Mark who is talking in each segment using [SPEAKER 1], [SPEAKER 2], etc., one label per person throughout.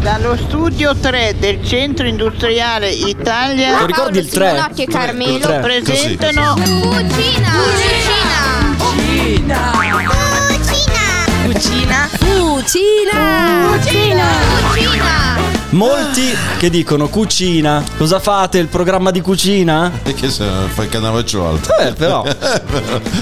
[SPEAKER 1] Dallo studio 3 del Centro Industriale Italia
[SPEAKER 2] Lo ricordi il 3?
[SPEAKER 3] Simonocchi e Carmelo.
[SPEAKER 2] Il 3.
[SPEAKER 1] presentano
[SPEAKER 3] Cucina! Cucina! Cucina!
[SPEAKER 4] Cucina.
[SPEAKER 3] Cucina! Cucina! Cucina!
[SPEAKER 2] Molti che dicono cucina, cosa fate? Il programma di cucina?
[SPEAKER 5] Perché se fai il canavaccio alto?
[SPEAKER 2] Eh, però.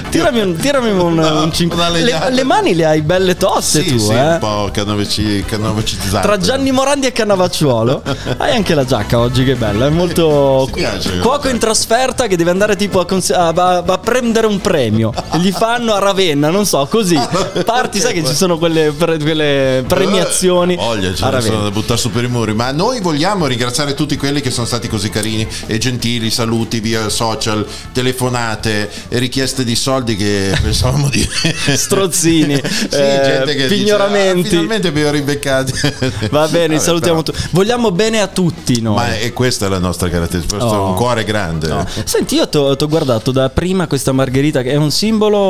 [SPEAKER 2] Tirami un, tirami un,
[SPEAKER 5] No,
[SPEAKER 2] un cinque-
[SPEAKER 5] una legnata.
[SPEAKER 2] Le, le mani le hai belle tosse
[SPEAKER 5] sì,
[SPEAKER 2] tu,
[SPEAKER 5] sì,
[SPEAKER 2] eh?
[SPEAKER 5] un po' canavacci, canavacizzato.
[SPEAKER 2] Tra Gianni Morandi e Cannavacciuolo Hai anche la giacca oggi che bella È molto
[SPEAKER 5] Ti piace?
[SPEAKER 2] Cuoco in trasferta che deve andare tipo a, cons- a- a- a prendere un premio Gli fanno a Ravenna Non so così Parti sai che ci sono quelle, pre- quelle premiazioni
[SPEAKER 5] Eh, Voglia, ce
[SPEAKER 2] a
[SPEAKER 5] ne
[SPEAKER 2] Ravenna.
[SPEAKER 5] sono da buttare su per i muri. Ma noi vogliamo ringraziare tutti quelli che sono stati così carini e gentili, saluti via social, telefonate, e richieste di soldi che pensavamo
[SPEAKER 2] Eh,
[SPEAKER 5] di.
[SPEAKER 2] Strozzini,
[SPEAKER 5] sì,
[SPEAKER 2] eh,
[SPEAKER 5] gente che dice,
[SPEAKER 2] pignoramenti.
[SPEAKER 5] "Ah, finalmente abbiamo rimbeccati.
[SPEAKER 2] Va bene,
[SPEAKER 5] Vabbè,
[SPEAKER 2] salutiamo
[SPEAKER 5] però-
[SPEAKER 2] tutti Vogliamo bene a tutti noi
[SPEAKER 5] Ma è questa è la nostra caratteristica, questo
[SPEAKER 2] Oh.
[SPEAKER 5] è un cuore grande.
[SPEAKER 2] No. Senti, io ti ho guardato da prima questa margherita che è un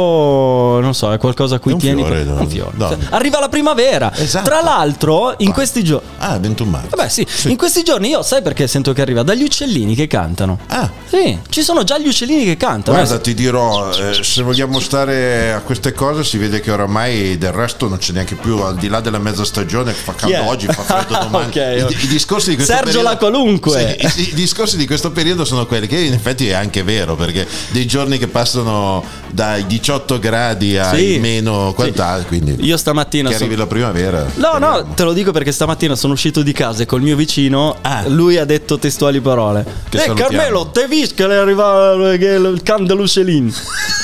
[SPEAKER 2] simbolo, non so, è qualcosa a cui
[SPEAKER 5] È un
[SPEAKER 2] tieni.
[SPEAKER 5] fiore,
[SPEAKER 2] per-
[SPEAKER 5] no,
[SPEAKER 2] un fiore.
[SPEAKER 5] no.
[SPEAKER 2] Arriva la primavera.
[SPEAKER 5] Esatto.
[SPEAKER 2] Tra l'altro, in
[SPEAKER 5] Qua.
[SPEAKER 2] questi giorni.
[SPEAKER 5] Ah, 21 marzo.
[SPEAKER 2] Vabbè, sì, in questi giorni io sai perché sento che arriva? Dagli uccellini che cantano.
[SPEAKER 5] Ah.
[SPEAKER 2] Sì, ci sono già gli uccellini che cantano.
[SPEAKER 5] Guarda, ti dirò, eh, se vogliamo stare a queste cose, si vede che oramai del resto non c'è neanche più, al di là della mezza stagione, fa caldo
[SPEAKER 2] Chi è?
[SPEAKER 5] oggi, fa freddo domani.
[SPEAKER 2] Ok, ok.
[SPEAKER 5] I, i discorsi di questo
[SPEAKER 2] Sergio
[SPEAKER 5] periodo,
[SPEAKER 2] La Qualunque.
[SPEAKER 5] Sì, i, i discorsi di questo periodo sono quelli che in effetti è anche vero, perché dei giorni che passano dai 18 gradi ai
[SPEAKER 2] Sì.
[SPEAKER 5] meno quant'altro, quindi
[SPEAKER 2] Io stamattina
[SPEAKER 5] che
[SPEAKER 2] sono-
[SPEAKER 5] arrivi la primavera.
[SPEAKER 2] No, no,
[SPEAKER 5] speriamo.
[SPEAKER 2] te lo dico perché stamattina sono uscito di casa e col mio vicino
[SPEAKER 5] Ah.
[SPEAKER 2] lui ha detto testuali parole.
[SPEAKER 5] Che
[SPEAKER 2] eh,
[SPEAKER 5] salutiamo."
[SPEAKER 2] Carmelo, te vis che le arriva che il can dell'uccellin.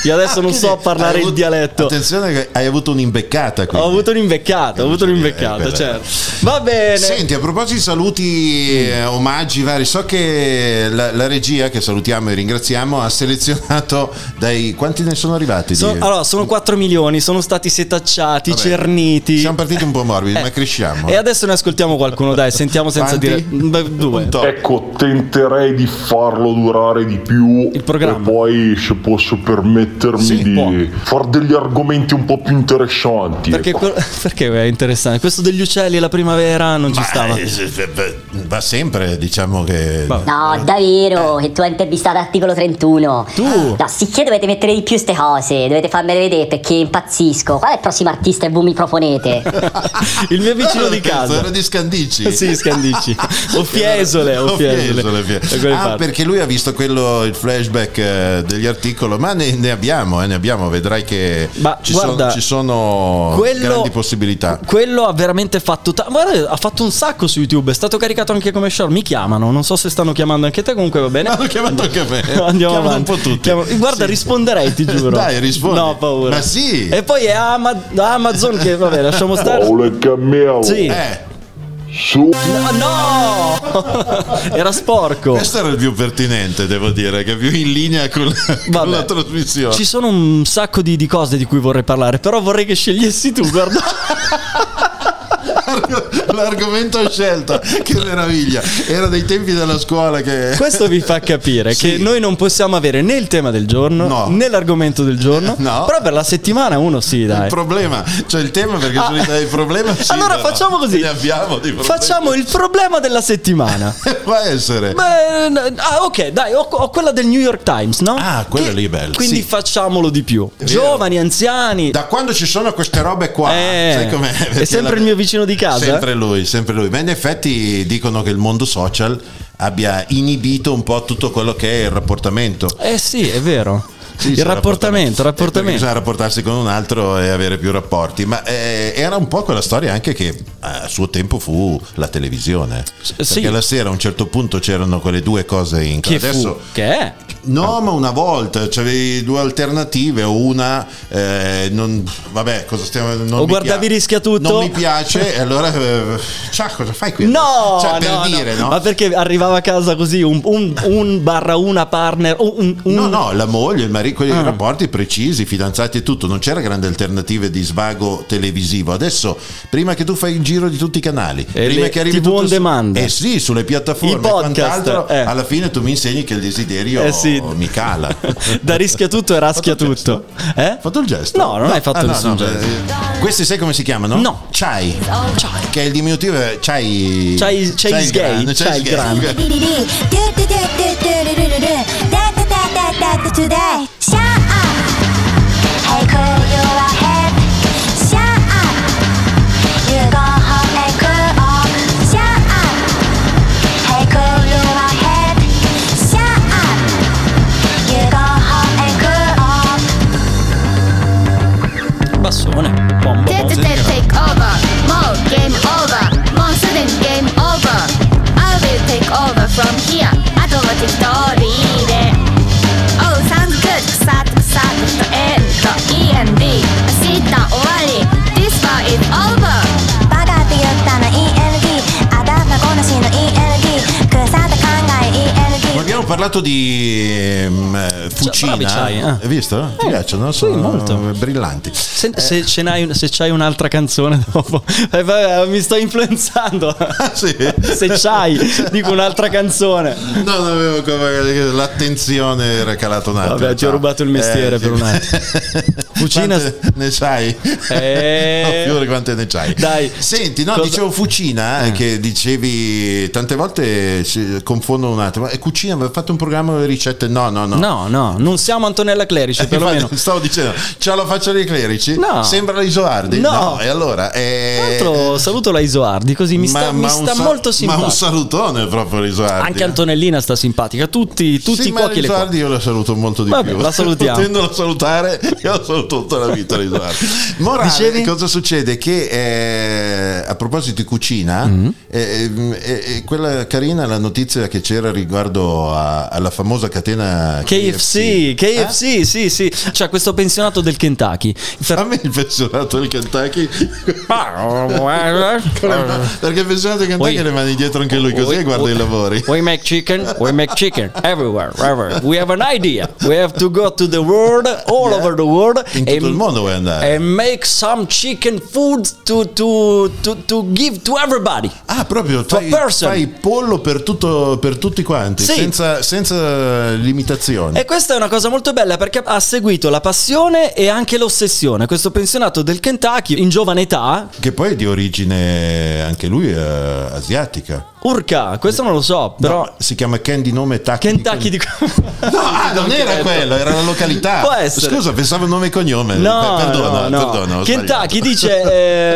[SPEAKER 2] Io adesso non so
[SPEAKER 5] Quindi Ah, hai
[SPEAKER 2] parlare il
[SPEAKER 5] avuto-
[SPEAKER 2] dialetto.
[SPEAKER 5] Attenzione che hai avuto un'imbeccata qui.
[SPEAKER 2] Ho avuto un'imbeccata, ho avuto un'imbeccata, certo. Va bene.
[SPEAKER 5] eh, Senti, a proposito di saluti, eh, omaggi vari, so che la, la regia, che salutiamo e ringraziamo, ha selezionato dai quanti ne sono arrivati? di-
[SPEAKER 2] Sono- allora, sono 4 milioni, sono stati setacciati,
[SPEAKER 5] Vabbè,
[SPEAKER 2] cerniti.
[SPEAKER 5] Siamo partiti un po' morbidi,
[SPEAKER 2] Eh.
[SPEAKER 5] ma cresciamo.
[SPEAKER 2] E adesso ne ascoltiamo qualcuno, dai, sentiamo senza
[SPEAKER 5] Quanti?
[SPEAKER 2] dire. Mm, Beh, Due.
[SPEAKER 5] Un top.
[SPEAKER 6] Ecco, tenterei di farlo durare di più.
[SPEAKER 2] Il programma.
[SPEAKER 6] E poi, se posso permettermi,
[SPEAKER 2] Sì,
[SPEAKER 6] di
[SPEAKER 2] può.
[SPEAKER 6] fare degli argomenti un po' più interessanti.
[SPEAKER 2] Perché,
[SPEAKER 6] ecco.
[SPEAKER 2] quel- perché è interessante? Questo degli uccelli e la primavera non ci stava.
[SPEAKER 5] Eh, se- se- beh, va sempre, diciamo che.
[SPEAKER 2] Va-
[SPEAKER 7] No, davvero, che tu hai intervistato l'articolo 31.
[SPEAKER 2] Tu?
[SPEAKER 7] No, sicché dovete mettere di più ste cose, dovete farmele vedere perché impazzisco. Qual è il prossimo artista e voi mi proponete?
[SPEAKER 2] Il mio vicino
[SPEAKER 5] Era
[SPEAKER 2] di
[SPEAKER 5] questo,
[SPEAKER 2] casa. Eh
[SPEAKER 5] Era di Scandici.
[SPEAKER 2] Sì, Scandici. O Fiesole, o Fiesole.
[SPEAKER 5] Fiesole, Fiesole.
[SPEAKER 2] Da quelle
[SPEAKER 5] Ah,
[SPEAKER 2] parti.
[SPEAKER 5] perché lui ha visto quello, il flashback eh, degli articoli, ma ne, ne abbiamo, eh, ne abbiamo, vedrai che
[SPEAKER 2] Ma
[SPEAKER 5] ci,
[SPEAKER 2] guarda,
[SPEAKER 5] sono, ci sono
[SPEAKER 2] Quello-
[SPEAKER 5] grandi possibilità.
[SPEAKER 2] Quello ha veramente fatto. ta- guarda, ha fatto un sacco su YouTube. È stato caricato anche come short. Mi chiamano. Non so se stanno chiamando anche te. Comunque va bene.
[SPEAKER 5] Ma hanno chiamato anche me.
[SPEAKER 2] Andiamo
[SPEAKER 5] Chiamano
[SPEAKER 2] avanti.
[SPEAKER 5] un po' tutti.
[SPEAKER 2] Chiamo- Guarda,
[SPEAKER 5] Sì.
[SPEAKER 2] risponderei, ti giuro.
[SPEAKER 5] Dai, rispondi.
[SPEAKER 2] No, ho paura.
[SPEAKER 5] Ma sì. Oh.
[SPEAKER 2] E poi è Ama- Amazon. Che vabbè, lasciamo stare.
[SPEAKER 6] Paolo e Cameo.
[SPEAKER 2] Sì.
[SPEAKER 5] Eh,
[SPEAKER 6] Su.
[SPEAKER 2] No, no! Era sporco.
[SPEAKER 5] questo era il più pertinente, devo dire, che è più in linea con la, con
[SPEAKER 2] Vabbè.
[SPEAKER 5] la trasmissione.
[SPEAKER 2] Ci sono un sacco di, di cose di cui vorrei parlare, però vorrei che scegliessi tu, guarda.
[SPEAKER 5] L'arg- L'argomento scelto, che meraviglia! Era dei tempi della scuola che.
[SPEAKER 2] Questo vi fa capire
[SPEAKER 5] Sì.
[SPEAKER 2] che noi non possiamo avere né il tema del giorno,
[SPEAKER 5] No.
[SPEAKER 2] né l'argomento del giorno,
[SPEAKER 5] No.
[SPEAKER 2] però per la settimana uno sì,
[SPEAKER 5] Il
[SPEAKER 2] dai.
[SPEAKER 5] problema, cioè il tema perché
[SPEAKER 2] Ah.
[SPEAKER 5] solitamente il problema sì,
[SPEAKER 2] allora
[SPEAKER 5] però
[SPEAKER 2] facciamo così.
[SPEAKER 5] Ne abbiamo di problemi.
[SPEAKER 2] Facciamo il problema della settimana.
[SPEAKER 5] Può essere.
[SPEAKER 2] Beh, n- ah, ok, dai, ho, ho quella del New York Times, no?
[SPEAKER 5] Ah, quella
[SPEAKER 2] Che-
[SPEAKER 5] lì è bella,
[SPEAKER 2] Quindi
[SPEAKER 5] sì.
[SPEAKER 2] facciamolo di più. Giovani, anziani.
[SPEAKER 5] Da quando ci sono queste robe qua,
[SPEAKER 2] Eh,
[SPEAKER 5] sai com'è?
[SPEAKER 2] è
[SPEAKER 5] Perché
[SPEAKER 2] sempre il mio vicino di casa?
[SPEAKER 5] Sempre lui, sempre lui. Ma in effetti dicono che il mondo social abbia inibito un po' tutto quello che è il rapportamento.
[SPEAKER 2] Eh sì, è vero.
[SPEAKER 5] Sì, sì,
[SPEAKER 2] il rapportamento,
[SPEAKER 5] Eh, perché
[SPEAKER 2] rapportamento.
[SPEAKER 5] Bisogna rapportarsi con un altro e avere più rapporti. Ma eh, era un po' quella storia anche che a suo tempo fu la televisione.
[SPEAKER 2] sì.
[SPEAKER 5] Perché la sera a un certo punto c'erano quelle due cose in
[SPEAKER 2] Che
[SPEAKER 5] Adesso
[SPEAKER 2] fu? Che è?
[SPEAKER 5] No, ma una volta c'avevi due alternative, o una, eh, non- vabbè, cosa stiamo. Non
[SPEAKER 2] O
[SPEAKER 5] mi
[SPEAKER 2] guardavi
[SPEAKER 5] pia-
[SPEAKER 2] Rischia Tutto?
[SPEAKER 5] Non mi piace, e allora. eh, ciao, cosa fai qui?
[SPEAKER 2] No,
[SPEAKER 5] cioè, per
[SPEAKER 2] no,
[SPEAKER 5] dire, no?
[SPEAKER 2] ma perché arrivava a casa così un, un- un barra una partner, un, un- un-
[SPEAKER 5] No, no, la moglie, il magari quei
[SPEAKER 2] Ah.
[SPEAKER 5] rapporti precisi, fidanzati e tutto, non c'era grande alternativa di svago televisivo. Adesso, prima che tu fai il giro di tutti i canali,
[SPEAKER 2] E
[SPEAKER 5] prima
[SPEAKER 2] le
[SPEAKER 5] che arrivi
[SPEAKER 2] TV
[SPEAKER 5] tutto
[SPEAKER 2] on
[SPEAKER 5] su-
[SPEAKER 2] demand.
[SPEAKER 5] eh sì, sulle piattaforme,
[SPEAKER 2] I podcast,
[SPEAKER 5] e quant'altro,
[SPEAKER 2] eh.
[SPEAKER 5] alla fine tu mi insegni che il desiderio
[SPEAKER 2] Eh sì.
[SPEAKER 5] mi cala.
[SPEAKER 2] da rischia tutto e raschia
[SPEAKER 5] Fatto il
[SPEAKER 2] tutto. Eh?
[SPEAKER 5] Hai fatto il gesto? Ah,
[SPEAKER 2] No, non hai fatto nessun gesto.
[SPEAKER 5] eh, Questi sai come si chiamano?
[SPEAKER 2] No.
[SPEAKER 5] Chai. Che è il diminutivo è chai.
[SPEAKER 2] Chai- chai is gay,
[SPEAKER 5] grande,
[SPEAKER 2] chai
[SPEAKER 5] is
[SPEAKER 2] is
[SPEAKER 5] gay.
[SPEAKER 2] grande. Bassone. Bombo.
[SPEAKER 3] Take,
[SPEAKER 2] Mose.
[SPEAKER 3] take, take over. More game over. More sudden game over. I will take over from here. Automatic story. Oh, sounds good. Start, start, to end. To E and D. Sita, owari. This bar is over.
[SPEAKER 4] バカって言ったの ELD 頭こなしの ELD 腐った考え ELD
[SPEAKER 5] Ma abbiamo parlato di ehm, eh, fucina.
[SPEAKER 2] bravi chai, eh.
[SPEAKER 5] Hai visto? Ti piacciono? Sono
[SPEAKER 2] molto.
[SPEAKER 5] brillanti.
[SPEAKER 2] Se, se ce n'hai un- se c'hai un'altra canzone dopo, Eh, vabbè, mi sto influenzando.
[SPEAKER 5] Ah, sì?
[SPEAKER 2] se c'hai, dico un'altra canzone.
[SPEAKER 5] Non avevo come- l'attenzione era calata un attimo.
[SPEAKER 2] Vabbè, ti ho
[SPEAKER 5] Ciao.
[SPEAKER 2] rubato il mestiere
[SPEAKER 5] Eh,
[SPEAKER 2] per un
[SPEAKER 5] sì.
[SPEAKER 2] attimo. Fucina-
[SPEAKER 5] Quante ne sai?
[SPEAKER 2] Eh.
[SPEAKER 5] No, Fiore, quante ne sai?
[SPEAKER 2] Dai.
[SPEAKER 5] Senti, no,
[SPEAKER 2] Cosa-
[SPEAKER 5] dicevo fucina eh, che dicevi tante volte si confondono un attimo. E cucina, aveva fatto un programma con le ricette? No, no, no.
[SPEAKER 2] No, no, non siamo Antonella Clerici, perlomeno.
[SPEAKER 5] Infatti, stavo dicendo, c'ha la faccia dei clerici?
[SPEAKER 2] No.
[SPEAKER 5] Sembra l'Isoardi?
[SPEAKER 2] No.
[SPEAKER 5] E allora?
[SPEAKER 2] Tra
[SPEAKER 5] Eh,
[SPEAKER 2] l'altro saluto la Isoardi, così mi sta, mi
[SPEAKER 5] un
[SPEAKER 2] sta
[SPEAKER 5] sa-
[SPEAKER 2] molto
[SPEAKER 5] Ma un
[SPEAKER 2] simpatica.
[SPEAKER 5] salutone proprio l'Isoardi.
[SPEAKER 2] Anche Antonellina sta simpatica, tutti, tutti
[SPEAKER 5] sì,
[SPEAKER 2] i
[SPEAKER 5] ma
[SPEAKER 2] cuochi e le cuoche.
[SPEAKER 5] Rizardi io la saluto molto di
[SPEAKER 2] Vabbè,
[SPEAKER 5] più.
[SPEAKER 2] la salutiamo.
[SPEAKER 5] Potendolo salutare, io la saluto tutta la vita Rizardi. Morale,
[SPEAKER 2] Dicevi?
[SPEAKER 5] cosa succede? Che eh, a proposito di cucina,
[SPEAKER 2] Mm-hmm.
[SPEAKER 5] eh, eh, eh, quella carina la notizia che c'era riguardo a- alla famosa catena
[SPEAKER 2] KFC, KFC, sì, sì. Cioè, questo pensionato del Kentucky.
[SPEAKER 5] A me il pensionato del Kentucky
[SPEAKER 2] eh,
[SPEAKER 5] perché il pensionato del Kentucky
[SPEAKER 2] Oi.
[SPEAKER 5] le mani dietro anche lui così
[SPEAKER 2] Oi,
[SPEAKER 5] e guarda
[SPEAKER 2] oi.
[SPEAKER 5] i lavori
[SPEAKER 2] We make chicken, we make chicken everywhere, everywhere. We have an idea. We have to go to the world, all over the world.
[SPEAKER 5] In tutto il mondo vuoi andare.
[SPEAKER 2] And make some chicken food to, to, to, to give to everybody.
[SPEAKER 5] Ah, proprio
[SPEAKER 2] For
[SPEAKER 5] fai,
[SPEAKER 2] person.
[SPEAKER 5] fai pollo per, tutto- per tutti quanti,
[SPEAKER 2] Sì. Eh.
[SPEAKER 5] senza, senza limitazioni.
[SPEAKER 2] E questa è una cosa molto bella perché ha seguito la passione e anche l'ossessione. Questo pensionato del Kentucky, in giovane età,
[SPEAKER 5] Che poi è di origine anche lui eh, asiatica.
[SPEAKER 2] urca, questo non lo so, però...
[SPEAKER 5] No, si chiama Candy nome Taki.
[SPEAKER 2] Kentucky di...
[SPEAKER 5] No, ah, non era quello, era la località.
[SPEAKER 2] Può essere.
[SPEAKER 5] Scusa, pensavo nome e cognome.
[SPEAKER 2] No,
[SPEAKER 5] Eh, Per- perdona,
[SPEAKER 2] no, no.
[SPEAKER 5] perdona, ho
[SPEAKER 2] Kentucky
[SPEAKER 5] sbagliato. Eh.
[SPEAKER 2] dice: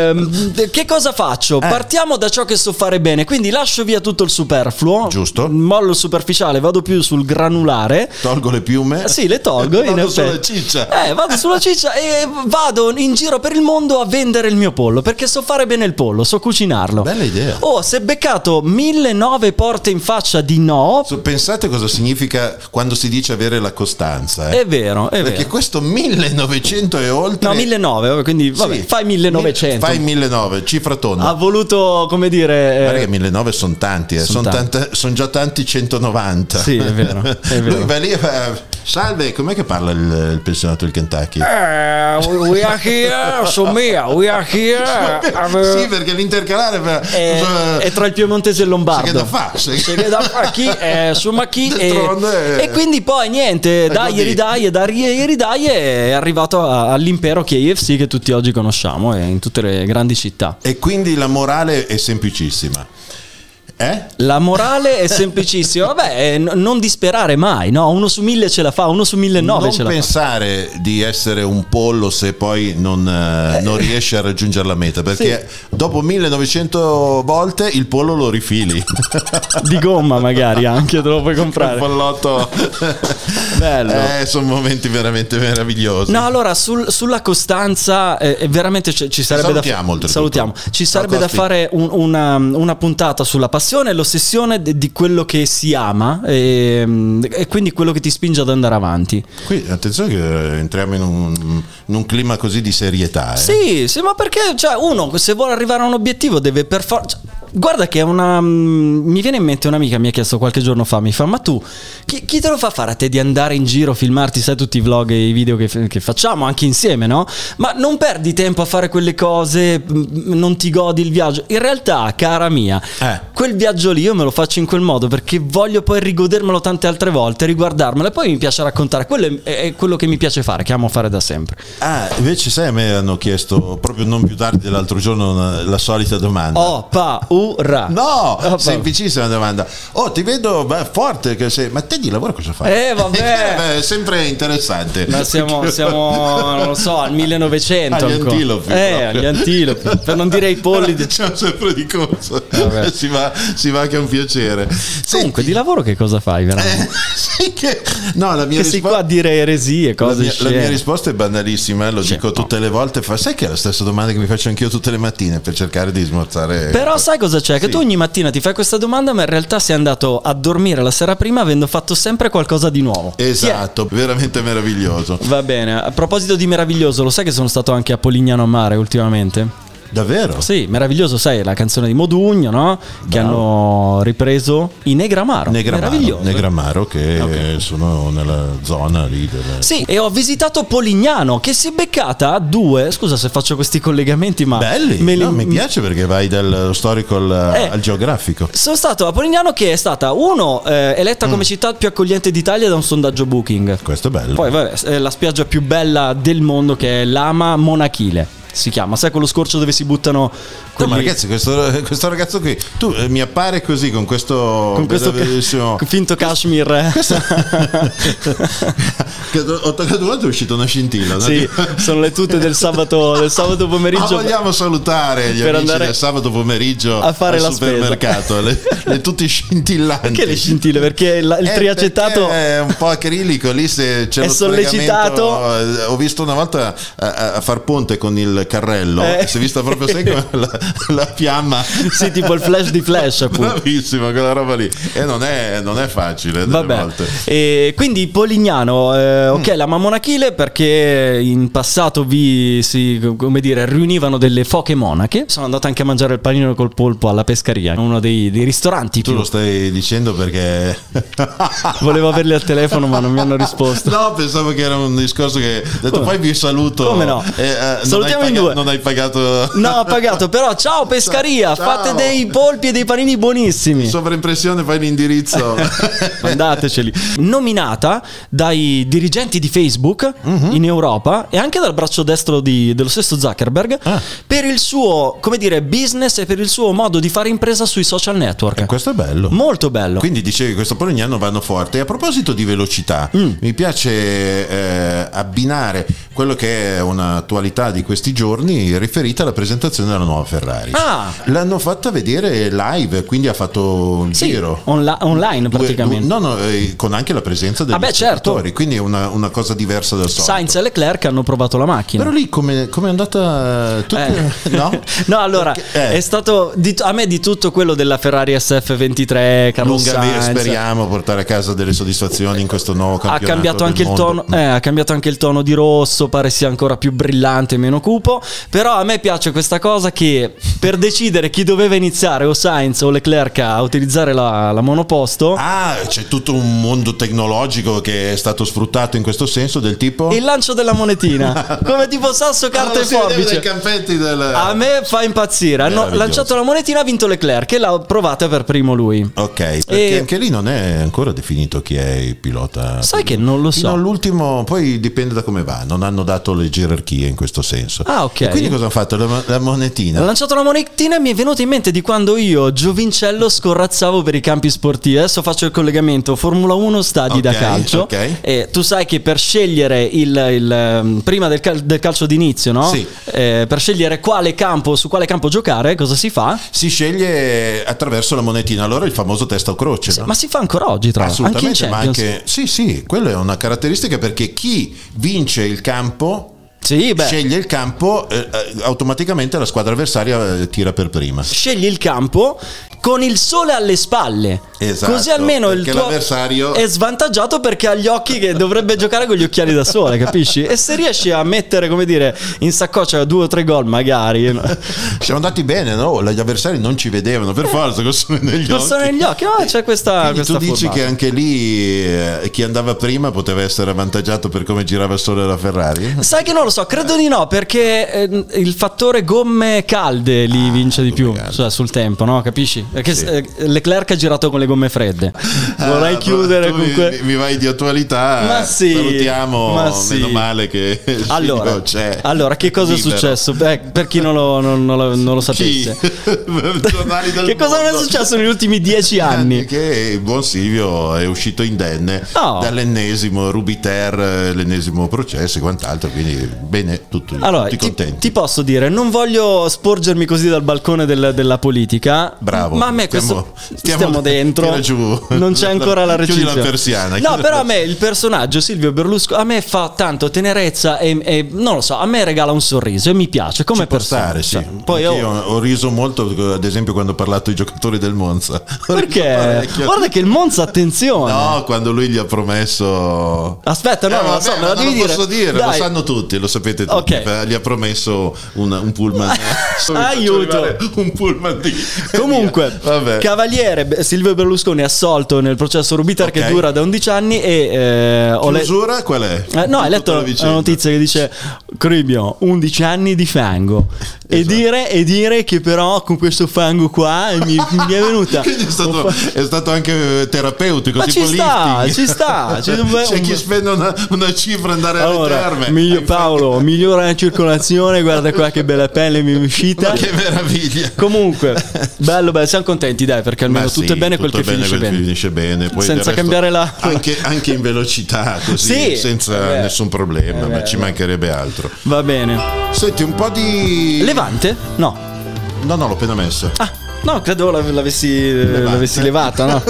[SPEAKER 2] ehm, Che cosa faccio? Partiamo da ciò che so fare bene. Quindi lascio via tutto il superfluo.
[SPEAKER 5] Giusto.
[SPEAKER 2] Mollo il superficiale, vado più sul granulare.
[SPEAKER 5] Tolgo le piume.
[SPEAKER 2] Eh Sì, le tolgo. in
[SPEAKER 5] Vado
[SPEAKER 2] effetti.
[SPEAKER 5] sulla ciccia.
[SPEAKER 2] Eh, vado sulla ciccia e vado in giro per il mondo a vendere il mio pollo perché so fare bene il pollo, so cucinarlo.
[SPEAKER 5] Bella idea.
[SPEAKER 2] Oh, se beccato 1009 porte in faccia di no,
[SPEAKER 5] So, Pensate cosa significa quando si dice avere la costanza. eh.
[SPEAKER 2] è vero, è
[SPEAKER 5] Perché
[SPEAKER 2] vero.
[SPEAKER 5] questo 1900 e oltre.
[SPEAKER 2] No, 1009, quindi vabbè,
[SPEAKER 5] Sì.
[SPEAKER 2] fai 1900.
[SPEAKER 5] Fai 1900, cifra tonda.
[SPEAKER 2] Ha voluto, come dire.
[SPEAKER 5] Guarda
[SPEAKER 2] eh,
[SPEAKER 5] che 1900 sono tanti, eh.
[SPEAKER 2] son
[SPEAKER 5] sono,
[SPEAKER 2] tanti.
[SPEAKER 5] tante- son già tanti 190.
[SPEAKER 2] Sì, è vero, è vero.
[SPEAKER 5] Lui va lì e fa, salve, com'è che parla il, il pensionato del Kentucky?
[SPEAKER 2] Eh, we- we are here, Somia, we are here.
[SPEAKER 5] sì, perché l'intercalare fa,
[SPEAKER 2] Eh,
[SPEAKER 5] cosa-
[SPEAKER 2] è tra il piemontese e il
[SPEAKER 5] sa
[SPEAKER 2] lombardo.
[SPEAKER 5] che da fa, sa
[SPEAKER 2] C'è che da fa chi eh, su ma chi
[SPEAKER 5] D'altronde,
[SPEAKER 2] eh,
[SPEAKER 5] eh.
[SPEAKER 2] e quindi poi niente dai
[SPEAKER 5] così.
[SPEAKER 2] e ridai e dai e ridai è arrivato a- all'impero KFC che tutti oggi conosciamo eh, in tutte le grandi città
[SPEAKER 5] E quindi la morale è semplicissima. Eh?
[SPEAKER 2] la morale è semplicissima vabbè eh, n- non disperare mai no uno su mille ce la fa uno su mille nove
[SPEAKER 5] non
[SPEAKER 2] ce la fa
[SPEAKER 5] pensare di essere un pollo se poi non, eh, non riesci a raggiungere la meta, perché dopo 1900 volte il pollo lo rifili.
[SPEAKER 2] di gomma magari anche te lo puoi comprare
[SPEAKER 5] Un pollotto.
[SPEAKER 2] Bello.
[SPEAKER 5] Eh, sono momenti veramente meravigliosi.
[SPEAKER 2] No, allora sul- sulla costanza, eh, eh, veramente ci, ci sarebbe
[SPEAKER 5] Salutiamo,
[SPEAKER 2] da
[SPEAKER 5] oltretutto.
[SPEAKER 2] salutiamo. Ci sarebbe da
[SPEAKER 5] Costi.
[SPEAKER 2] fare un- una, una puntata sulla passione e l'ossessione de- di quello che si ama e, mm, e quindi quello che ti spinge ad andare avanti.
[SPEAKER 5] Qui attenzione che eh, entriamo in un, in un clima così di serietà. eh.
[SPEAKER 2] Sì, sì, ma perché cioè, uno se vuole arrivare a un obiettivo deve per forza. Guarda che è una... mm, Mi viene in mente un'amica mi ha chiesto qualche giorno fa, mi fa, ma tu chi, chi te lo fa fare a te di andare in giro, filmarti, sai tutti i vlog e i video che, f- che facciamo anche insieme, no? Ma non perdi tempo a fare quelle cose, mm, non ti godi il viaggio. In realtà, cara mia,
[SPEAKER 5] Eh.
[SPEAKER 2] quel viaggio lì io me lo faccio in quel modo perché voglio poi rigodermelo tante altre volte, riguardarmelo e poi mi piace raccontare. Quello è- è, è quello che mi piace fare, che amo fare da sempre.
[SPEAKER 5] Ah, invece sai a me hanno chiesto proprio non più tardi dell'altro giorno una- la solita domanda.
[SPEAKER 2] Ho paura.
[SPEAKER 5] No,
[SPEAKER 2] Ho paura.
[SPEAKER 5] semplicissima domanda. Oh, ti vedo beh, forte, che sei- ma te di lavoro cosa fai?
[SPEAKER 2] Eh, vabbè.
[SPEAKER 5] Beh, è sempre interessante.
[SPEAKER 2] Ma siamo, siamo, non lo so, al 1900
[SPEAKER 5] Agli
[SPEAKER 2] ancora.
[SPEAKER 5] antilopi,
[SPEAKER 2] Eh,
[SPEAKER 5] proprio.
[SPEAKER 2] agli antilopi, per non dire ai polli. di-
[SPEAKER 5] Diciamo sempre di cosa.
[SPEAKER 2] Vabbè.
[SPEAKER 5] Si va, si va che è un piacere.
[SPEAKER 2] Comunque, di lavoro che cosa fai veramente?
[SPEAKER 5] Sì, che- no, la mia
[SPEAKER 2] che sei
[SPEAKER 5] Eh, rispo-
[SPEAKER 2] qua a dire eresie,
[SPEAKER 5] La
[SPEAKER 2] cose
[SPEAKER 5] mia, la
[SPEAKER 2] scene.
[SPEAKER 5] mia risposta è banalissima, eh, lo
[SPEAKER 2] eh. Sì,
[SPEAKER 5] dico
[SPEAKER 2] no.
[SPEAKER 5] tutte le volte. Fa, sai che è la stessa domanda che mi faccio anch'io tutte le mattine per cercare di smorzare.
[SPEAKER 2] Però sai cosa c'è? Che tu ogni mattina ti fai questa domanda, ma in realtà sei andato a dormire la sera prima avendo fatto sempre qualcosa di nuoso.
[SPEAKER 5] Esatto, veramente meraviglioso.
[SPEAKER 2] Va bene, a proposito di meraviglioso, lo sai che sono stato anche a Polignano a Mare ultimamente?
[SPEAKER 5] Davvero?
[SPEAKER 2] Sì, meraviglioso, sai, la canzone di Modugno, no? Che hanno ripreso i Negramaro.
[SPEAKER 5] Negramaro,
[SPEAKER 2] Meraviglioso.
[SPEAKER 5] Negramaro che eh, sono nella zona lì del...
[SPEAKER 2] Sì, e ho visitato Polignano che si è beccata a due. Scusa se faccio questi collegamenti, ma
[SPEAKER 5] Belli,
[SPEAKER 2] Ah, me li-
[SPEAKER 5] no, mi piace perché vai dal storico al,
[SPEAKER 2] Eh.
[SPEAKER 5] al geografico.
[SPEAKER 2] Sono stato a Polignano che è stata uno eh, eletta
[SPEAKER 5] Mm.
[SPEAKER 2] come città più accogliente d'Italia da un sondaggio Booking.
[SPEAKER 5] Questo è bello.
[SPEAKER 2] Poi vabbè, eh, la spiaggia più bella del mondo che è Lama Monachile. Si chiama, sai quello scorcio dove si buttano
[SPEAKER 5] No, ma
[SPEAKER 2] quelli-
[SPEAKER 5] ragazzi, questo, questo ragazzo qui, tu eh, mi appare così con questo,
[SPEAKER 2] con questo
[SPEAKER 5] bellissimo-
[SPEAKER 2] ca- finto cashmere.
[SPEAKER 5] che ho toccato un altro è uscita una scintilla. no?
[SPEAKER 2] sì, sono le tute del sabato, del sabato
[SPEAKER 5] Ma
[SPEAKER 2] pomeriggio.
[SPEAKER 5] vogliamo salutare gli
[SPEAKER 2] per
[SPEAKER 5] amici
[SPEAKER 2] andare
[SPEAKER 5] del sabato pomeriggio
[SPEAKER 2] a fare
[SPEAKER 5] al
[SPEAKER 2] la spesa.
[SPEAKER 5] supermercato, le, le tutti scintillanti.
[SPEAKER 2] Perché le scintille? Perché la- il
[SPEAKER 5] Eh,
[SPEAKER 2] triacetato
[SPEAKER 5] perché è un po' acrilico lì se c'è
[SPEAKER 2] È
[SPEAKER 5] lo
[SPEAKER 2] sollecitato.
[SPEAKER 5] sfregamento, eh, ho visto una volta a, a- a far ponte con il carrello
[SPEAKER 2] Eh.
[SPEAKER 5] si è vista proprio sai come la, la fiamma
[SPEAKER 2] Sì, tipo il flash di Flash, appunto.
[SPEAKER 5] bravissima quella roba lì e non è, non è facile delle
[SPEAKER 2] Vabbè,
[SPEAKER 5] volte Mm.
[SPEAKER 2] e quindi Polignano, eh, ok, la Mamonachile perché in passato vi si, come dire, riunivano delle foche monache. Sono andato anche a mangiare il panino col polpo alla pescaria, uno dei, dei ristoranti.
[SPEAKER 5] tu
[SPEAKER 2] più-
[SPEAKER 5] lo stai dicendo perché
[SPEAKER 2] Volevo averli al telefono, ma non mi hanno risposto.
[SPEAKER 5] No, pensavo che era un discorso che ho detto
[SPEAKER 2] Come?
[SPEAKER 5] poi vi saluto.
[SPEAKER 2] Come no?
[SPEAKER 5] Eh, eh, non
[SPEAKER 2] Salutiamo
[SPEAKER 5] hai
[SPEAKER 2] in
[SPEAKER 5] paga-
[SPEAKER 2] due.
[SPEAKER 5] Non hai pagato
[SPEAKER 2] No, ho pagato, però ciao pescaria,
[SPEAKER 5] Ciao.
[SPEAKER 2] fate dei polpi e dei panini buonissimi.
[SPEAKER 5] sovraimpressione, fai l'indirizzo.
[SPEAKER 2] Mandateceli. Nominata dai dirigenti di Facebook
[SPEAKER 5] Mhm.
[SPEAKER 2] in Europa e anche dal braccio destro di- dello stesso Zuckerberg
[SPEAKER 5] Ah.
[SPEAKER 2] per il suo, come dire, business e per il suo modo di fare impresa sui social network.
[SPEAKER 5] Eh, Questo è bello.
[SPEAKER 2] Molto bello.
[SPEAKER 5] Quindi dicevi che questo Polignano vanno forte. E a proposito di velocità,
[SPEAKER 2] Mm.
[SPEAKER 5] mi piace eh, abbinare quello che è un'attualità di questi giorni riferita alla presentazione della nuova Ferrari.
[SPEAKER 2] Ah.
[SPEAKER 5] L'hanno fatta vedere live, quindi ha fatto il
[SPEAKER 2] Sì,
[SPEAKER 5] giro.
[SPEAKER 2] onla- online
[SPEAKER 5] Due-
[SPEAKER 2] praticamente.
[SPEAKER 5] No, no, eh, con anche la presenza degli
[SPEAKER 2] Ah, beh, certo.
[SPEAKER 5] spettatori, quindi è una, una cosa diversa dal solito.
[SPEAKER 2] Sainz e Leclerc hanno provato la macchina.
[SPEAKER 5] Però lì come, come è andata tutto,
[SPEAKER 2] Eh.
[SPEAKER 5] no?
[SPEAKER 2] No, allora
[SPEAKER 5] Perché- eh,
[SPEAKER 2] è stato di- a me di tutto quello della Ferrari SF23, Carlos
[SPEAKER 5] lunga via,
[SPEAKER 2] Sainz.
[SPEAKER 5] speriamo portare a casa delle soddisfazioni in questo nuovo
[SPEAKER 2] ha
[SPEAKER 5] campionato.
[SPEAKER 2] cambiato
[SPEAKER 5] del
[SPEAKER 2] anche il
[SPEAKER 5] mondo.
[SPEAKER 2] tono eh, ha cambiato anche il tono di rosso pare sia ancora più brillante meno cupo però a me piace questa cosa che per decidere chi doveva iniziare o Sainz o Leclerc a utilizzare la, la monoposto
[SPEAKER 5] Ah, c'è tutto un mondo tecnologico che è stato sfruttato in questo senso del tipo
[SPEAKER 2] il lancio della monetina come tipo
[SPEAKER 5] Ah,
[SPEAKER 2] sasso carta e forbice
[SPEAKER 5] dei campetti del
[SPEAKER 2] a me fa impazzire hanno
[SPEAKER 5] Meraviglioso.
[SPEAKER 2] lanciato la monetina ha vinto Leclerc e l'ha provata per primo lui
[SPEAKER 5] Ok, perché
[SPEAKER 2] E-
[SPEAKER 5] anche lì non è ancora definito chi è il pilota.
[SPEAKER 2] Sai che non lo so.
[SPEAKER 5] No, l'ultimo, poi dipende da come va, non hanno dato le gerarchie in questo senso.
[SPEAKER 2] Ah, ok.
[SPEAKER 5] E quindi cosa hanno fatto? La, la monetina.
[SPEAKER 2] Ha lanciato la monetina e mi è venuto in mente di quando io, Giovincello, scorrazzavo per i campi sportivi. Adesso faccio il collegamento Formula 1 stadi
[SPEAKER 5] Ok,
[SPEAKER 2] da calcio.
[SPEAKER 5] ok.
[SPEAKER 2] E tu sai che per scegliere il, il, ehm, prima del, cal- del calcio d'inizio, no?
[SPEAKER 5] Sì.
[SPEAKER 2] Eh, per scegliere quale campo, su quale campo giocare, cosa si fa?
[SPEAKER 5] Si sceglie attraverso la monetina, allora il famoso testa o croce. no?
[SPEAKER 2] Ma si fa ancora oggi, tra l'altro. Anche in
[SPEAKER 5] Assolutamente, ma
[SPEAKER 2] Champions.
[SPEAKER 5] anche... Sì, sì, quella è una caratteristica perché chi vince il campo...
[SPEAKER 2] Sì, beh.
[SPEAKER 5] Sceglie il campo, eh, eh, automaticamente la squadra avversaria eh, tira per prima.
[SPEAKER 2] Scegli il campo con il sole alle spalle.
[SPEAKER 5] Esatto,
[SPEAKER 2] Così almeno il
[SPEAKER 5] perché
[SPEAKER 2] tuo
[SPEAKER 5] l'avversario-
[SPEAKER 2] è svantaggiato perché ha gli occhi che dovrebbe giocare con gli occhiali da sole, capisci? E se riesci a mettere, come dire, in saccoccia due o tre gol magari, no?
[SPEAKER 5] Siamo andati bene, no? Gli avversari non ci vedevano per forza, con sole negli
[SPEAKER 2] Eh. non
[SPEAKER 5] occhi.
[SPEAKER 2] sono negli occhi, no? C'è questa,
[SPEAKER 5] Quindi
[SPEAKER 2] questa
[SPEAKER 5] tu dici
[SPEAKER 2] furbata.
[SPEAKER 5] che anche lì eh, chi andava prima poteva essere avvantaggiato per come girava il sole la Ferrari?
[SPEAKER 2] Sai che non lo so, credo di no, perché ehm, il fattore gomme calde lì vince di più
[SPEAKER 5] Ah, gomme calde.
[SPEAKER 2] cioè, sul tempo, no? Capisci? Perché
[SPEAKER 5] Sì.
[SPEAKER 2] eh, Leclerc ha girato con le gomme fredde. Vorrei
[SPEAKER 5] Ah,
[SPEAKER 2] chiudere
[SPEAKER 5] tu
[SPEAKER 2] con
[SPEAKER 5] mi,
[SPEAKER 2] que-
[SPEAKER 5] mi vai di attualità.
[SPEAKER 2] Ma sì,
[SPEAKER 5] Salutiamo,
[SPEAKER 2] ma sì.
[SPEAKER 5] meno male che il
[SPEAKER 2] Allora,
[SPEAKER 5] figlio c'è.
[SPEAKER 2] allora, che cosa
[SPEAKER 5] cioè, libero.
[SPEAKER 2] è successo? Beh, per chi non lo, non- non lo- non lo
[SPEAKER 5] Chi?
[SPEAKER 2] sapesse.
[SPEAKER 5] Giornali del
[SPEAKER 2] Che cosa non è
[SPEAKER 5] mondo.
[SPEAKER 2] successo negli ultimi dieci anni?
[SPEAKER 5] Che il buon Silvio è uscito indenne
[SPEAKER 2] Oh.
[SPEAKER 5] dall'ennesimo Rubiter, eh, l'ennesimo processo e quant'altro, quindi bene, tutto,
[SPEAKER 2] Allora,
[SPEAKER 5] tutti
[SPEAKER 2] ti,
[SPEAKER 5] contenti.
[SPEAKER 2] ti posso dire, non voglio sporgermi così dal balcone del- della politica.
[SPEAKER 5] Bravo,
[SPEAKER 2] Ma a me questo.
[SPEAKER 5] stiamo-
[SPEAKER 2] Stiamo,
[SPEAKER 5] stiamo-
[SPEAKER 2] dentro.
[SPEAKER 5] tira giù.
[SPEAKER 2] Non c'è ancora la
[SPEAKER 5] Chiudi la
[SPEAKER 2] recinzione.
[SPEAKER 5] persiana,
[SPEAKER 2] No,
[SPEAKER 5] chiudi la
[SPEAKER 2] però a me il personaggio Silvio Berlusconi a me fa tanto tenerezza e, e non lo so, a me regala un sorriso e mi piace come
[SPEAKER 5] Ci può
[SPEAKER 2] persona.
[SPEAKER 5] stare, sì.
[SPEAKER 2] Cioè, Poi
[SPEAKER 5] Anch'io
[SPEAKER 2] oh,
[SPEAKER 5] ho riso molto, ad esempio, quando ho parlato ai giocatori del Monza. Ho riso
[SPEAKER 2] Perché?
[SPEAKER 5] parecchio.
[SPEAKER 2] Guarda che il Monza, attenzione.
[SPEAKER 5] No, quando lui gli ha promesso.
[SPEAKER 2] Aspetta, no,
[SPEAKER 5] Eh,
[SPEAKER 2] non lo
[SPEAKER 5] vabbè,
[SPEAKER 2] so, me
[SPEAKER 5] ma
[SPEAKER 2] la
[SPEAKER 5] non
[SPEAKER 2] devi
[SPEAKER 5] lo
[SPEAKER 2] dire.
[SPEAKER 5] posso dire, lo
[SPEAKER 2] Dai.
[SPEAKER 5] sanno tutti, lo sapete tutti.
[SPEAKER 2] Ok.
[SPEAKER 5] Eh, Gli ha promesso un, un pullman. Adesso mi faccio
[SPEAKER 2] Aiuto.
[SPEAKER 5] arrivare Un pullman di.
[SPEAKER 2] Comunque,
[SPEAKER 5] vabbè.
[SPEAKER 2] Cavaliere Be- Silvio Berlusconi assolto nel processo Rubiter
[SPEAKER 5] Ok.
[SPEAKER 2] che dura da 11 anni e eh, ho le-
[SPEAKER 5] Chiusura qual è?
[SPEAKER 2] Eh, no, hai
[SPEAKER 5] Tutta
[SPEAKER 2] letto
[SPEAKER 5] la
[SPEAKER 2] la,
[SPEAKER 5] vicenda.
[SPEAKER 2] notizia che dice Cribio, 11 anni di fango. E,
[SPEAKER 5] Esatto.
[SPEAKER 2] dire, e dire che però con questo fango qua mi, mi è venuta.
[SPEAKER 5] Quindi è stato,
[SPEAKER 2] un fa-
[SPEAKER 5] è stato anche eh, terapeutico,
[SPEAKER 2] Ma
[SPEAKER 5] tipo
[SPEAKER 2] ci sta,
[SPEAKER 5] lifting.
[SPEAKER 2] ci sta, ci-
[SPEAKER 5] C'è
[SPEAKER 2] un-
[SPEAKER 5] chi spende una, una cifra andare
[SPEAKER 2] Allora,
[SPEAKER 5] alle terme. Eh,
[SPEAKER 2] miglio-
[SPEAKER 5] Hai
[SPEAKER 2] Paolo, migliora la circolazione, guarda qua che bella pelle mi è uscita.
[SPEAKER 5] fatto- Che meraviglia.
[SPEAKER 2] Comunque, bello, bello, siamo contenti, dai, perché almeno
[SPEAKER 5] Ma
[SPEAKER 2] tutto
[SPEAKER 5] sì,
[SPEAKER 2] è bene quel
[SPEAKER 5] tutto
[SPEAKER 2] che
[SPEAKER 5] bene
[SPEAKER 2] finisce
[SPEAKER 5] quel
[SPEAKER 2] bene.
[SPEAKER 5] finisce bene. Poi
[SPEAKER 2] Senza
[SPEAKER 5] del resto
[SPEAKER 2] cambiare la-
[SPEAKER 5] Anche, anche in velocità, così,
[SPEAKER 2] Sì, Eh
[SPEAKER 5] senza
[SPEAKER 2] vabbè.
[SPEAKER 5] nessun problema, ma
[SPEAKER 2] eh
[SPEAKER 5] ci mancherebbe altro.
[SPEAKER 2] Va bene.
[SPEAKER 5] Senti, un po' di...
[SPEAKER 2] Levante? No.
[SPEAKER 5] No, no, l'ho appena messa.
[SPEAKER 2] Ah, no, credo l'av- l'avessi, l'avessi levata, no?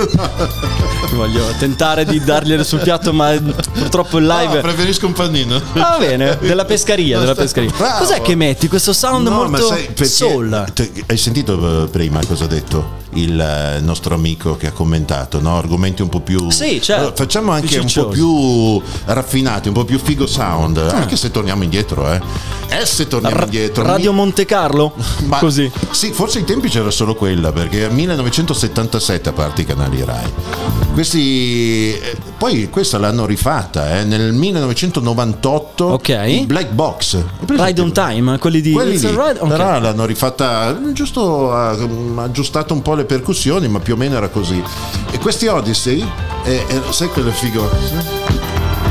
[SPEAKER 2] Voglio tentare di dargliele sul piatto, ma purtroppo il
[SPEAKER 5] No,
[SPEAKER 2] Ah, live. Ah,
[SPEAKER 5] preferisco un panino.
[SPEAKER 2] Va bene, della pescaria, della pescaria.
[SPEAKER 5] Bravo.
[SPEAKER 2] Cos'è che metti? Questo sound
[SPEAKER 5] No, ma
[SPEAKER 2] molto
[SPEAKER 5] sai, perché-
[SPEAKER 2] soul.
[SPEAKER 5] te- hai sentito eh, prima cosa ha detto il eh, nostro amico che ha commentato, no? argomenti un po' più...
[SPEAKER 2] Sì, certo.
[SPEAKER 5] facciamo anche
[SPEAKER 2] Più
[SPEAKER 5] un po'
[SPEAKER 2] cicciosi.
[SPEAKER 5] più raffinati, un po' più figo sound, anche se torniamo indietro, eh. Eh, se torniamo
[SPEAKER 2] Ah. Ra-
[SPEAKER 5] indietro.
[SPEAKER 2] Radio Monte Carlo?
[SPEAKER 5] Ma-
[SPEAKER 2] Così.
[SPEAKER 5] Sì, forse ai tempi c'era solo quella, perché a 1977 a parte i canali Rai. Questi eh, poi questa l'hanno rifatta eh, nel 1998
[SPEAKER 2] Ok.
[SPEAKER 5] i Black Box.
[SPEAKER 2] Ride on Time, quelli di
[SPEAKER 5] Quelli
[SPEAKER 2] It's a
[SPEAKER 5] lì,
[SPEAKER 2] Ride- ok.
[SPEAKER 5] però l'hanno rifatta giusto ha- mh, aggiustato un po' le percussioni, ma più o meno era così. E questi Odyssey eh, eh, sai quello è figo?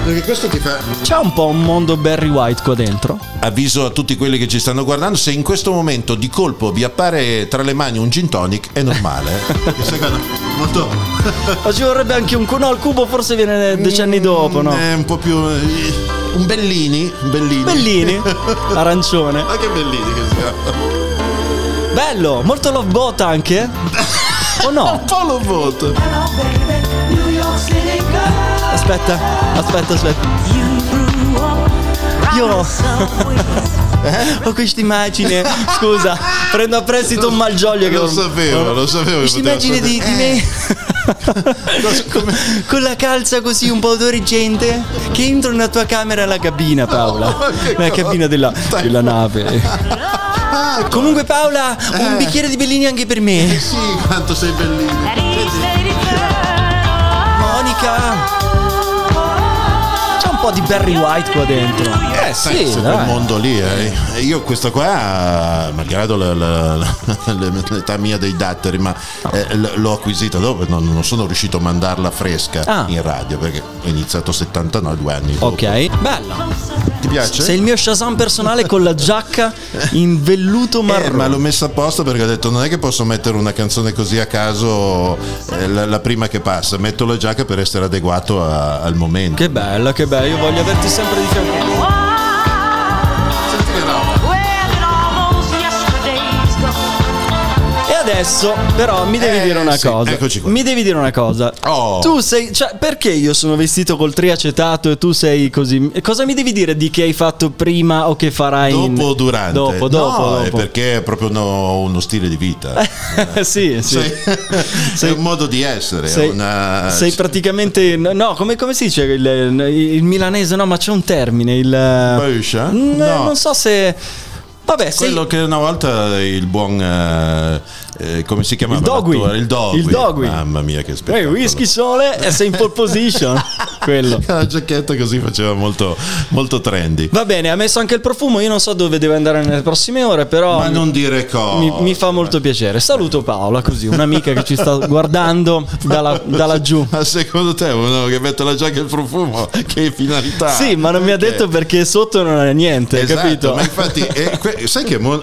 [SPEAKER 5] Perché questo ti fa
[SPEAKER 2] C'è un po' un mondo Barry White qua dentro.
[SPEAKER 5] Avviso a tutti quelli che ci stanno guardando, se in questo momento di colpo vi appare tra le mani un gin tonic, è normale. eh. Secondo- molto-
[SPEAKER 2] Ma ci vorrebbe anche un. cu- No, il cubo forse viene decenni dopo, no?
[SPEAKER 5] È un po' più... eh, Un Bellini. Un Bellini.
[SPEAKER 2] Bellini, arancione.
[SPEAKER 5] Ma che Bellini che sia.
[SPEAKER 2] Bello, molto love bot anche? O no?
[SPEAKER 5] Paolo Voto.
[SPEAKER 2] Aspetta, aspetta, aspetta. Io ho questa immagine, scusa, prendo a prestito un malgioglio che
[SPEAKER 5] Lo
[SPEAKER 2] ho-
[SPEAKER 5] sapevo, lo sapevo. che
[SPEAKER 2] Questa
[SPEAKER 5] poteva
[SPEAKER 2] immagine di, di me
[SPEAKER 5] succedere. Eh, come-
[SPEAKER 2] con la calza così un po' odoregente che entro nella tua camera alla cabina Paola,
[SPEAKER 5] Oh, ma che
[SPEAKER 2] nella
[SPEAKER 5] cosa? Ah,
[SPEAKER 2] cabina della,
[SPEAKER 5] Stai-
[SPEAKER 2] della nave. Comunque Paola,
[SPEAKER 5] Eh.
[SPEAKER 2] un bicchiere di Bellini anche per me.
[SPEAKER 5] Sì, quanto sei Bellini.
[SPEAKER 2] Monica. C'è un po' di Barry White qua dentro.
[SPEAKER 5] Eh, sai, se quel mondo lì, eh. io questa qua, malgrado la- la- la- le- l'età mia dei datteri, ma eh, l- l'ho acquisita dopo, non, non sono riuscito a mandarla fresca
[SPEAKER 2] Ah.
[SPEAKER 5] in radio perché ho iniziato a 79, due anni dopo.
[SPEAKER 2] Ok, bello.
[SPEAKER 5] Ti piace?
[SPEAKER 2] Sei il mio Shazam personale con la giacca in velluto
[SPEAKER 5] Eh, ma
[SPEAKER 2] marrone.
[SPEAKER 5] l'ho messa apposta perché ho detto non è che posso mettere una canzone così a caso eh, la, la prima che passa, metto la giacca per essere adeguato a- al momento.
[SPEAKER 2] Che bella, che bella. Io voglio averti sempre di fianco. E adesso, però, mi devi
[SPEAKER 5] Eh,
[SPEAKER 2] dire una
[SPEAKER 5] sì,
[SPEAKER 2] cosa.
[SPEAKER 5] eccoci qua.
[SPEAKER 2] Mi devi dire una cosa.
[SPEAKER 5] Oh.
[SPEAKER 2] Tu sei. Cioè, perché io sono vestito col triacetato e tu sei così? Cosa mi devi dire di che hai fatto prima o che farai in-
[SPEAKER 5] Dopo o durante?
[SPEAKER 2] Dopo, dopo.
[SPEAKER 5] No, è
[SPEAKER 2] dopo.
[SPEAKER 5] perché è proprio uno, uno stile di vita.
[SPEAKER 2] sì, sì.
[SPEAKER 5] Sei- eh, è un modo di essere. è
[SPEAKER 2] Sei,
[SPEAKER 5] una-
[SPEAKER 2] sei praticamente. No, come, come si dice il, il milanese? No, ma c'è un termine. Il.
[SPEAKER 5] Brescia?
[SPEAKER 2] Mm,
[SPEAKER 5] No.
[SPEAKER 2] Non so se. Vabbè, sei-
[SPEAKER 5] Quello che una volta il buon. eh, eh, come si chiamava?
[SPEAKER 2] Il Dogui.
[SPEAKER 5] l'attore? Il Dogui.
[SPEAKER 2] Il Dogui.
[SPEAKER 5] Mamma mia, che
[SPEAKER 2] Poi
[SPEAKER 5] spettacolo!
[SPEAKER 2] whisky sole e sei in pole position. Quello.
[SPEAKER 5] La giacchetta così faceva molto, molto trendy.
[SPEAKER 2] Va bene, ha messo anche il profumo. Io non so dove deve andare nelle prossime ore, però.
[SPEAKER 5] Ma non dire cosa.
[SPEAKER 2] Mi, mi fa molto piacere. Saluto Paola, così, un'amica che ci sta guardando dalla, da laggiù.
[SPEAKER 5] Ma secondo te uno che mette la giacca e il profumo, che finalità?
[SPEAKER 2] Sì, ma non mi ha
[SPEAKER 5] Perché?
[SPEAKER 2] detto perché sotto non è niente,
[SPEAKER 5] Esatto,
[SPEAKER 2] capito?
[SPEAKER 5] Ma infatti, eh, que- sai che mo-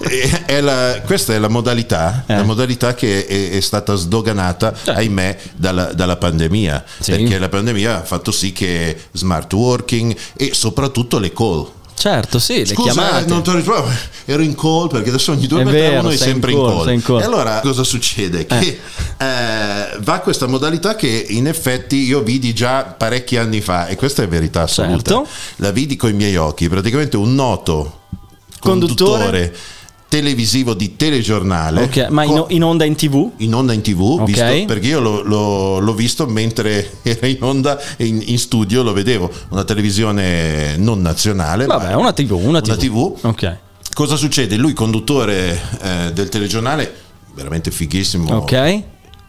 [SPEAKER 5] eh, è la- questa è la modalità,
[SPEAKER 2] Eh. Certo.
[SPEAKER 5] la modalità che è, è stata sdoganata, ahimè, dalla, dalla pandemia.
[SPEAKER 2] Sì.
[SPEAKER 5] Perché la pandemia ha fatto sì che smart working e soprattutto le call.
[SPEAKER 2] Certo, sì, le
[SPEAKER 5] Scusa, eh,
[SPEAKER 2] chiamate.
[SPEAKER 5] non ti ho risposto, ero in call perché adesso ogni due
[SPEAKER 2] È
[SPEAKER 5] per
[SPEAKER 2] vero,
[SPEAKER 5] tre uno è
[SPEAKER 2] sei in
[SPEAKER 5] sempre in
[SPEAKER 2] call,
[SPEAKER 5] call.
[SPEAKER 2] sei in call.
[SPEAKER 5] E allora cosa succede? Che eh, va questa modalità che in effetti io vidi già parecchi anni fa e questa è verità assoluta.
[SPEAKER 2] Certo.
[SPEAKER 5] La vidi con i miei occhi, praticamente un noto
[SPEAKER 2] Conduttore.
[SPEAKER 5] conduttore, televisivo di telegiornale.
[SPEAKER 2] Ok, ma in,
[SPEAKER 5] co-
[SPEAKER 2] in onda in tv?
[SPEAKER 5] in onda in tv,
[SPEAKER 2] Ok.
[SPEAKER 5] visto- perché io l'ho, l'ho- l'ho visto mentre era in onda e in, in studio, lo vedevo, una televisione non nazionale.
[SPEAKER 2] Vabbè,
[SPEAKER 5] Eh, ma-
[SPEAKER 2] una TV, una TV.
[SPEAKER 5] Una TV.
[SPEAKER 2] Ok.
[SPEAKER 5] Cosa succede? Lui, conduttore eh, del telegiornale, veramente fighissimo.
[SPEAKER 2] Ok.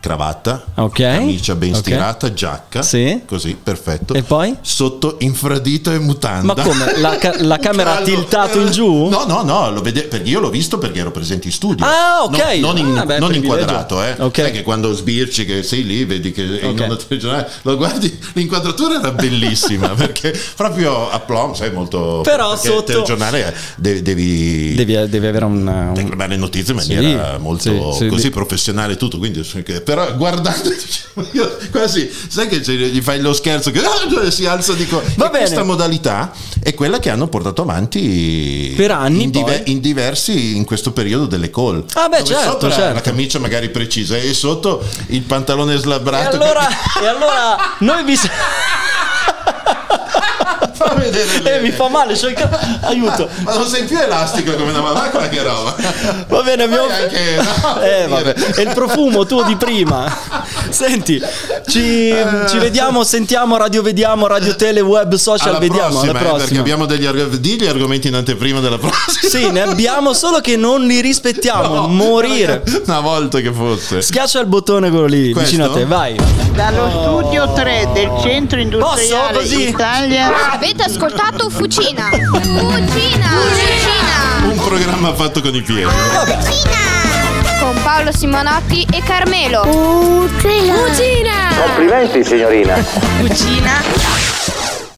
[SPEAKER 5] Cravatta,
[SPEAKER 2] Ok.
[SPEAKER 5] camicia ben
[SPEAKER 2] Ok.
[SPEAKER 5] stirata, giacca,
[SPEAKER 2] Sì.
[SPEAKER 5] così, perfetto.
[SPEAKER 2] E poi?
[SPEAKER 5] Sotto infradito e mutanda.
[SPEAKER 2] Ma come? La ca- la camera
[SPEAKER 5] Caldo.
[SPEAKER 2] tiltato in giù?
[SPEAKER 5] No, no, no, lo vede- perché io l'ho visto perché ero presente in studio.
[SPEAKER 2] Ah, ok.
[SPEAKER 5] No, non in-
[SPEAKER 2] Ah, beh,
[SPEAKER 5] non
[SPEAKER 2] privilegio.
[SPEAKER 5] inquadrato, eh.
[SPEAKER 2] Ok.
[SPEAKER 5] Sai che quando sbirci che sei lì, vedi che è in
[SPEAKER 2] Ok.
[SPEAKER 5] onda telegiornale, lo guardi, l'inquadratura era bellissima, perché proprio a plomb, sai, molto...
[SPEAKER 2] Però
[SPEAKER 5] perché
[SPEAKER 2] sotto-
[SPEAKER 5] Il telegiornale eh, de- devi
[SPEAKER 2] Devi, eh, devi avere un. un-
[SPEAKER 5] programmare Ecco, le notizie in maniera
[SPEAKER 2] Sì,
[SPEAKER 5] molto
[SPEAKER 2] sì, sì,
[SPEAKER 5] così
[SPEAKER 2] di-
[SPEAKER 5] professionale e tutto quindi però guardando diciamo, io quasi sai che c'è- gli fai lo scherzo che ah, si alza di co-
[SPEAKER 2] Va
[SPEAKER 5] E
[SPEAKER 2] bene.
[SPEAKER 5] questa modalità è quella che hanno portato avanti
[SPEAKER 2] Per anni,
[SPEAKER 5] in,
[SPEAKER 2] poi.
[SPEAKER 5] in diversi in questo periodo delle call
[SPEAKER 2] Ah, beh,
[SPEAKER 5] Dove
[SPEAKER 2] certo,
[SPEAKER 5] sopra
[SPEAKER 2] certo.
[SPEAKER 5] la camicia magari precisa e sotto il pantalone
[SPEAKER 2] E
[SPEAKER 5] slabbrato
[SPEAKER 2] allora, e allora noi vi.
[SPEAKER 5] fa vedere le-
[SPEAKER 2] Eh, mi fa male, c'ho il ca- Aiuto.
[SPEAKER 5] ma non sei più elastico come una mamma quella che roba
[SPEAKER 2] Va bene, abbiamo.
[SPEAKER 5] Poi anche- no,
[SPEAKER 2] eh,
[SPEAKER 5] per
[SPEAKER 2] vabbè.
[SPEAKER 5] dire.
[SPEAKER 2] È il profumo tuo di prima. Senti, ci, ci vediamo, sentiamo, radio vediamo, radio tele, web, social,
[SPEAKER 5] alla
[SPEAKER 2] vediamo.
[SPEAKER 5] prossima,
[SPEAKER 2] alla
[SPEAKER 5] eh, perché
[SPEAKER 2] prossima.
[SPEAKER 5] abbiamo degli arg- di gli argomenti in anteprima della prossima
[SPEAKER 2] Sì, ne abbiamo solo che non li rispettiamo.
[SPEAKER 5] No,
[SPEAKER 2] morire.
[SPEAKER 5] raga, Una volta che fosse.
[SPEAKER 2] Schiaccia il bottone quello lì,
[SPEAKER 5] Questo?
[SPEAKER 2] vicino a te, vai.
[SPEAKER 1] Dallo studio 3 del centro industriale
[SPEAKER 2] Posso? Così? Ah,
[SPEAKER 1] Italia.
[SPEAKER 3] Avete ascoltato Fucina? Fucina! Fucina!
[SPEAKER 5] Un programma fatto con i piedi.
[SPEAKER 3] Con Paolo Simonotti e Carmelo. Fucina!
[SPEAKER 8] Complimenti signorina.
[SPEAKER 3] Fucina!